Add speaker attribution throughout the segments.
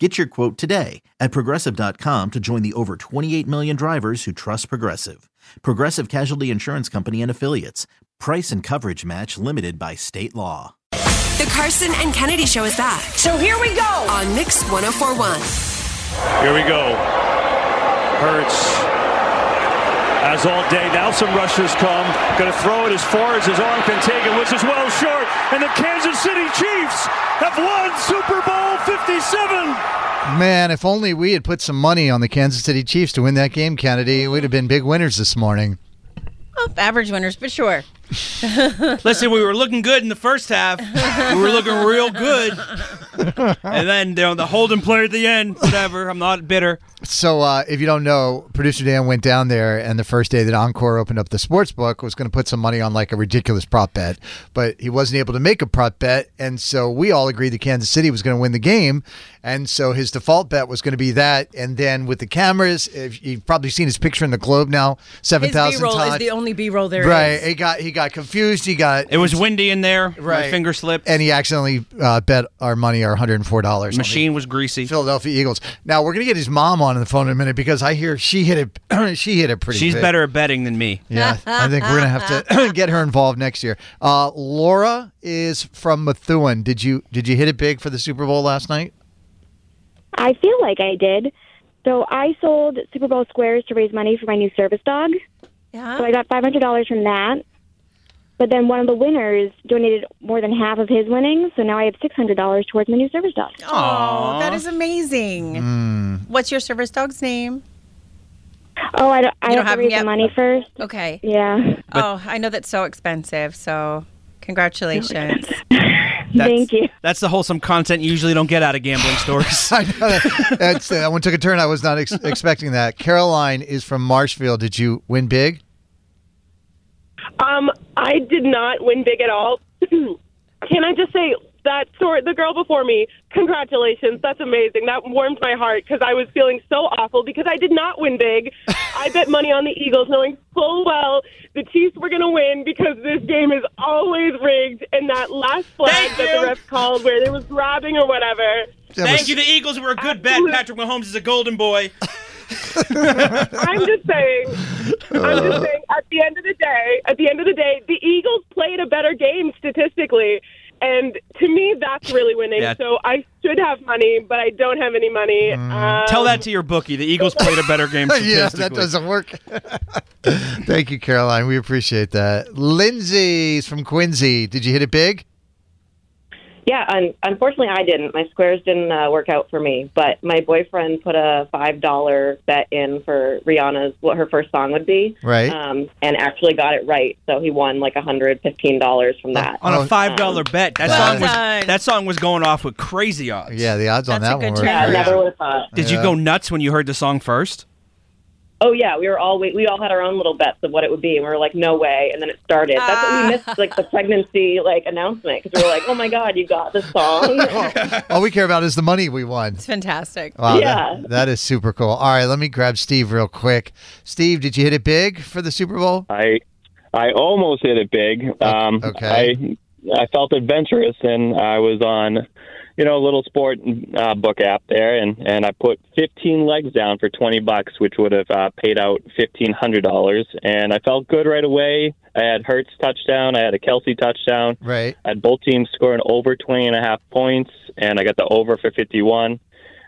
Speaker 1: Get your quote today at progressive.com to join the over 28 million drivers who trust Progressive. Progressive Casualty Insurance Company and Affiliates. Price and coverage match limited by state law.
Speaker 2: The Carson and Kennedy Show is back
Speaker 3: So here we go.
Speaker 2: on Mix 1041.
Speaker 4: Here we go. Hurts. As all day, now some rushers come. Going to throw it as far as his arm can take it, which is well short. And the Kansas City Chiefs have won Super Bowl 57.
Speaker 5: Man, if only we had put some money on the Kansas City Chiefs to win that game, Kennedy, we'd have been big winners this morning.
Speaker 6: average winners, but sure.
Speaker 7: Listen, we were looking good in the first half. We were looking real good, and then you know, the holding play at the end. Whatever. I'm not bitter.
Speaker 5: So, uh, if you don't know, producer Dan went down there, and the first day that Encore opened up the sports book was going to put some money on like a ridiculous prop bet, but he wasn't able to make a prop bet, and so we all agreed that Kansas City was going to win the game, and so his default bet was going to be that. And then with the cameras, if you've probably seen his picture in the Globe now, seven
Speaker 6: His B
Speaker 5: thousand
Speaker 6: roll is
Speaker 5: times.
Speaker 6: the only B roll there is.
Speaker 5: Right, he got he got confused. He got
Speaker 7: It was windy in there.
Speaker 5: Right.
Speaker 7: My finger slipped.
Speaker 5: and he accidentally uh, bet our money, our hundred and four dollars.
Speaker 7: Machine was greasy.
Speaker 5: Philadelphia Eagles. Now we're gonna get his mom on the phone in a minute because I hear she hit it. she hit it pretty.
Speaker 7: She's
Speaker 5: big.
Speaker 7: better at betting than me.
Speaker 5: Yeah, I think we're gonna have to get her involved next year. Uh, Laura is from Methuen. Did you did you hit it big for the Super Bowl last night?
Speaker 8: I feel like I did. So I sold Super Bowl squares to raise money for my new service dog. So
Speaker 6: Yeah.
Speaker 8: I got $500 from that. But then one of the winners donated more than half of his winnings, so now I have $600 towards my new service dog.
Speaker 6: Oh, that is amazing.
Speaker 3: Hmm.
Speaker 6: What's your service dog's name?
Speaker 8: Oh, I, don't, I
Speaker 6: You don't have
Speaker 8: have, to
Speaker 6: him
Speaker 8: raise
Speaker 6: yet?
Speaker 8: the money first.
Speaker 6: Okay.
Speaker 8: Yeah.
Speaker 6: oh, I know that's so expensive. So, congratulations.
Speaker 8: Thank you.
Speaker 7: That's the wholesome content you usually don't get out of gambling stories.
Speaker 5: I know that, that's, that one took a turn. I was not ex- expecting that. Caroline is from Marshfield. Did you win big?
Speaker 9: Um, I did not win big at all. Can I just say that story? The girl before me, congratulations. That's amazing. That warmed my heart because I was feeling so awful because I did not win big. I bet money on the Eagles, knowing full well the Chiefs were going to win because this game is always rigged. And that last flag
Speaker 7: Thank
Speaker 9: that
Speaker 7: you.
Speaker 9: the refs called, where there was grabbing or whatever,
Speaker 5: That
Speaker 7: Thank
Speaker 5: was-
Speaker 7: you. The Eagles were a good bet. Patrick Mahomes is a golden boy.
Speaker 9: I'm just saying. I'm
Speaker 7: Uh.
Speaker 9: just saying. At the end of the day, at the end of the day, the Eagles played a better game statistically, and to me, that's really winning.
Speaker 7: Yeah. Mm.
Speaker 9: So I should have money, but I don't have any money. Um,
Speaker 7: Tell that to your bookie. The Eagles played a better game.
Speaker 5: yeah, that
Speaker 7: statistically.
Speaker 5: doesn't work. Thank you, Caroline. We appreciate that. Lindsay's from Quincy. Did you hit it big?
Speaker 10: Yeah, un- unfortunately, I didn't. My squares didn't uh, work out for me, but my boyfriend put a five dollar bet in for Rihanna's what her first song would be,
Speaker 5: Right.
Speaker 9: Uh,
Speaker 10: Um, and actually got it right, so he won like a hundred fifteen dollars from that.
Speaker 7: On a five dollar bet, that
Speaker 5: Well
Speaker 7: song was
Speaker 6: done.
Speaker 7: that song was going off with crazy odds.
Speaker 5: Yeah, the odds on
Speaker 6: That's
Speaker 5: that
Speaker 6: a good
Speaker 5: one were
Speaker 6: trade.
Speaker 10: I
Speaker 5: crazy.
Speaker 10: never would have thought.
Speaker 7: Did you go nuts when you heard the song first?
Speaker 10: Oh yeah, we were all we, we all had our own little bets of what it would be, and we were like, no way. And then it started. That's what we
Speaker 11: Ah.
Speaker 10: missed, like the pregnancy like announcement, because we were like, oh my god, you got the song.
Speaker 5: All we care about is the money we won.
Speaker 6: It's fantastic.
Speaker 5: Wow, that-
Speaker 10: Yeah.
Speaker 5: that is super cool. All right, let me grab Steve real quick. Steve, did you hit it big for the Super Bowl?
Speaker 11: I I almost hit it big.
Speaker 4: Uh,
Speaker 11: Um,
Speaker 5: okay.
Speaker 11: I I felt adventurous, and I was on, you know, a little sport uh, book app there, and and I put fifteen legs down for twenty bucks, which would have uh, paid out fifteen hundred dollars, and I felt good right away. I had Hertz touchdown, I had a Kelsey touchdown,
Speaker 5: Right.
Speaker 11: I had both teams scoring over 20 and a half points, and I got the over for 51.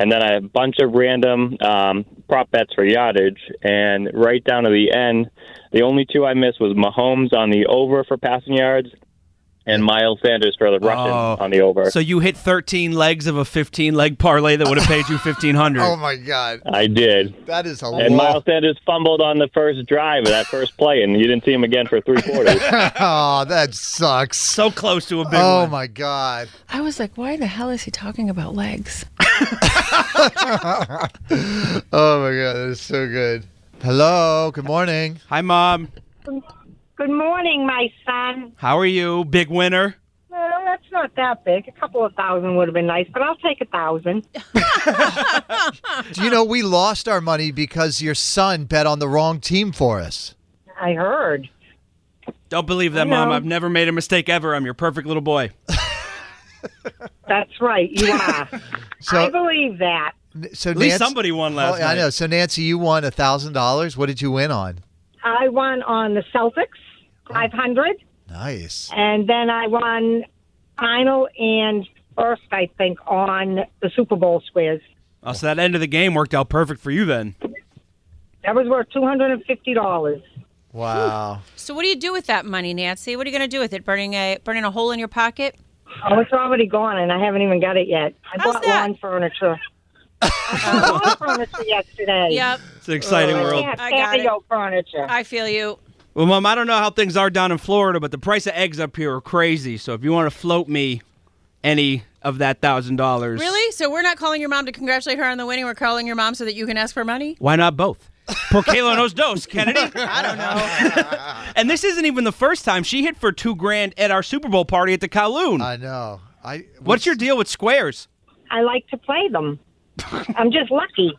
Speaker 11: And then I had a bunch of random um, prop bets for yardage. And right down to the end, the only two I missed was Mahomes on the over for passing yards and Miles Sanders for the rushing
Speaker 7: Oh.
Speaker 11: on the over.
Speaker 7: So you hit 13 legs of a 15 leg parlay that would have paid you 1500.
Speaker 5: Oh my God,
Speaker 11: I did.
Speaker 5: that is a
Speaker 11: And
Speaker 5: wall.
Speaker 11: Miles Sanders fumbled on the first drive of that first play, and you didn't see him again for three quarters.
Speaker 5: oh, that sucks.
Speaker 7: so close to a big
Speaker 5: Oh
Speaker 7: one.
Speaker 5: my God.
Speaker 3: I was like, why the hell is he talking about legs?
Speaker 5: Oh my God, that is so good. Hello. Good morning.
Speaker 7: Hi, mom.
Speaker 12: Good morning, my son.
Speaker 7: How are you, big winner?
Speaker 12: Well, that's not that big. A couple of thousand would have been nice, but I'll take a thousand.
Speaker 5: Do you know we lost our money because your son bet on the wrong team for us?
Speaker 12: I heard.
Speaker 7: Don't believe that,
Speaker 12: I
Speaker 7: Mom.
Speaker 12: know.
Speaker 7: I've never made a mistake ever. I'm your perfect little boy.
Speaker 12: That's right. You are. I believe that.
Speaker 5: So
Speaker 7: At least somebody won last
Speaker 5: Oh, I
Speaker 7: night.
Speaker 5: know. So Nancy, you won a thousand dollars. What did you win on?
Speaker 12: I won on the Celtics, 500,
Speaker 5: Nice.
Speaker 12: and then I won final and first, I think, on the Super Bowl squares.
Speaker 7: Oh, so that end of the game worked out perfect for you then.
Speaker 12: That was worth $250.
Speaker 5: Wow.
Speaker 6: So what do you do with that money, Nancy? What are you going to do with it? Burning a burning a hole in your pocket?
Speaker 12: Oh, it's already gone, and I haven't even got it yet. I
Speaker 6: How's
Speaker 12: bought
Speaker 6: that?
Speaker 12: lawn furniture. I bought lawn furniture yesterday.
Speaker 6: Yep.
Speaker 7: It's an exciting
Speaker 12: Oh,
Speaker 7: world.
Speaker 12: yeah,
Speaker 6: I got it.
Speaker 12: patio furniture.
Speaker 6: I feel you.
Speaker 7: Well, Mom, I don't know how things are down in Florida, but the price of eggs up here are crazy. So if you want to float me any of that thousand dollars,
Speaker 6: Really? So we're not calling your mom to congratulate her on the winning. We're calling your mom so that you can ask for money.
Speaker 7: why not both? Por que lo nos dos, Kennedy? I don't know. and this isn't even the first time she hit for two grand at our Super Bowl party at the Kowloon.
Speaker 5: I know. I
Speaker 7: What's your deal with squares?
Speaker 12: I like to play them. I'm just lucky.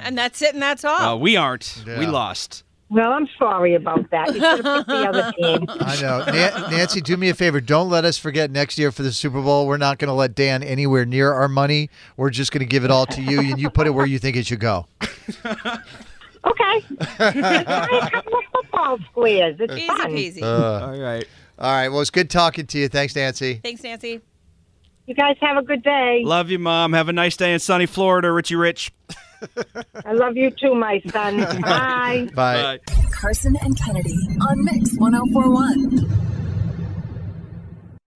Speaker 6: And that's it, and that's all.
Speaker 7: Uh, we aren't. We
Speaker 5: Yeah.
Speaker 7: lost.
Speaker 12: Well, I'm sorry about that. You should have picked the other team.
Speaker 5: I know. Nan- Nancy, do me a favor. Don't let us forget next year for the Super Bowl. We're not going to let Dan anywhere near our money. We're just going to give it all to you, and you put it where you think it should go.
Speaker 12: Okay. Just buy a couple of football squares. It's
Speaker 6: Easy
Speaker 12: fun.
Speaker 6: peasy.
Speaker 3: Uh.
Speaker 7: All right.
Speaker 5: All right. Well, it's good talking to you. Thanks, Nancy.
Speaker 6: Thanks, Nancy.
Speaker 12: You guys have a good day.
Speaker 7: Love you, Mom. Have a nice day in sunny Florida, Richie Rich.
Speaker 12: I love you too, my son. Bye.
Speaker 5: Bye.
Speaker 2: Carson and Kennedy on Mix 1041.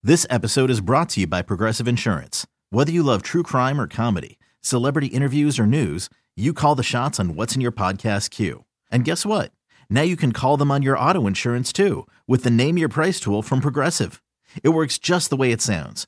Speaker 1: This episode is brought to you by Progressive Insurance. Whether you love true crime or comedy, celebrity interviews or news, you call the shots on what's in your podcast queue. And guess what? Now you can call them on your auto insurance too with the Name Your Price tool from Progressive. It works just the way it sounds.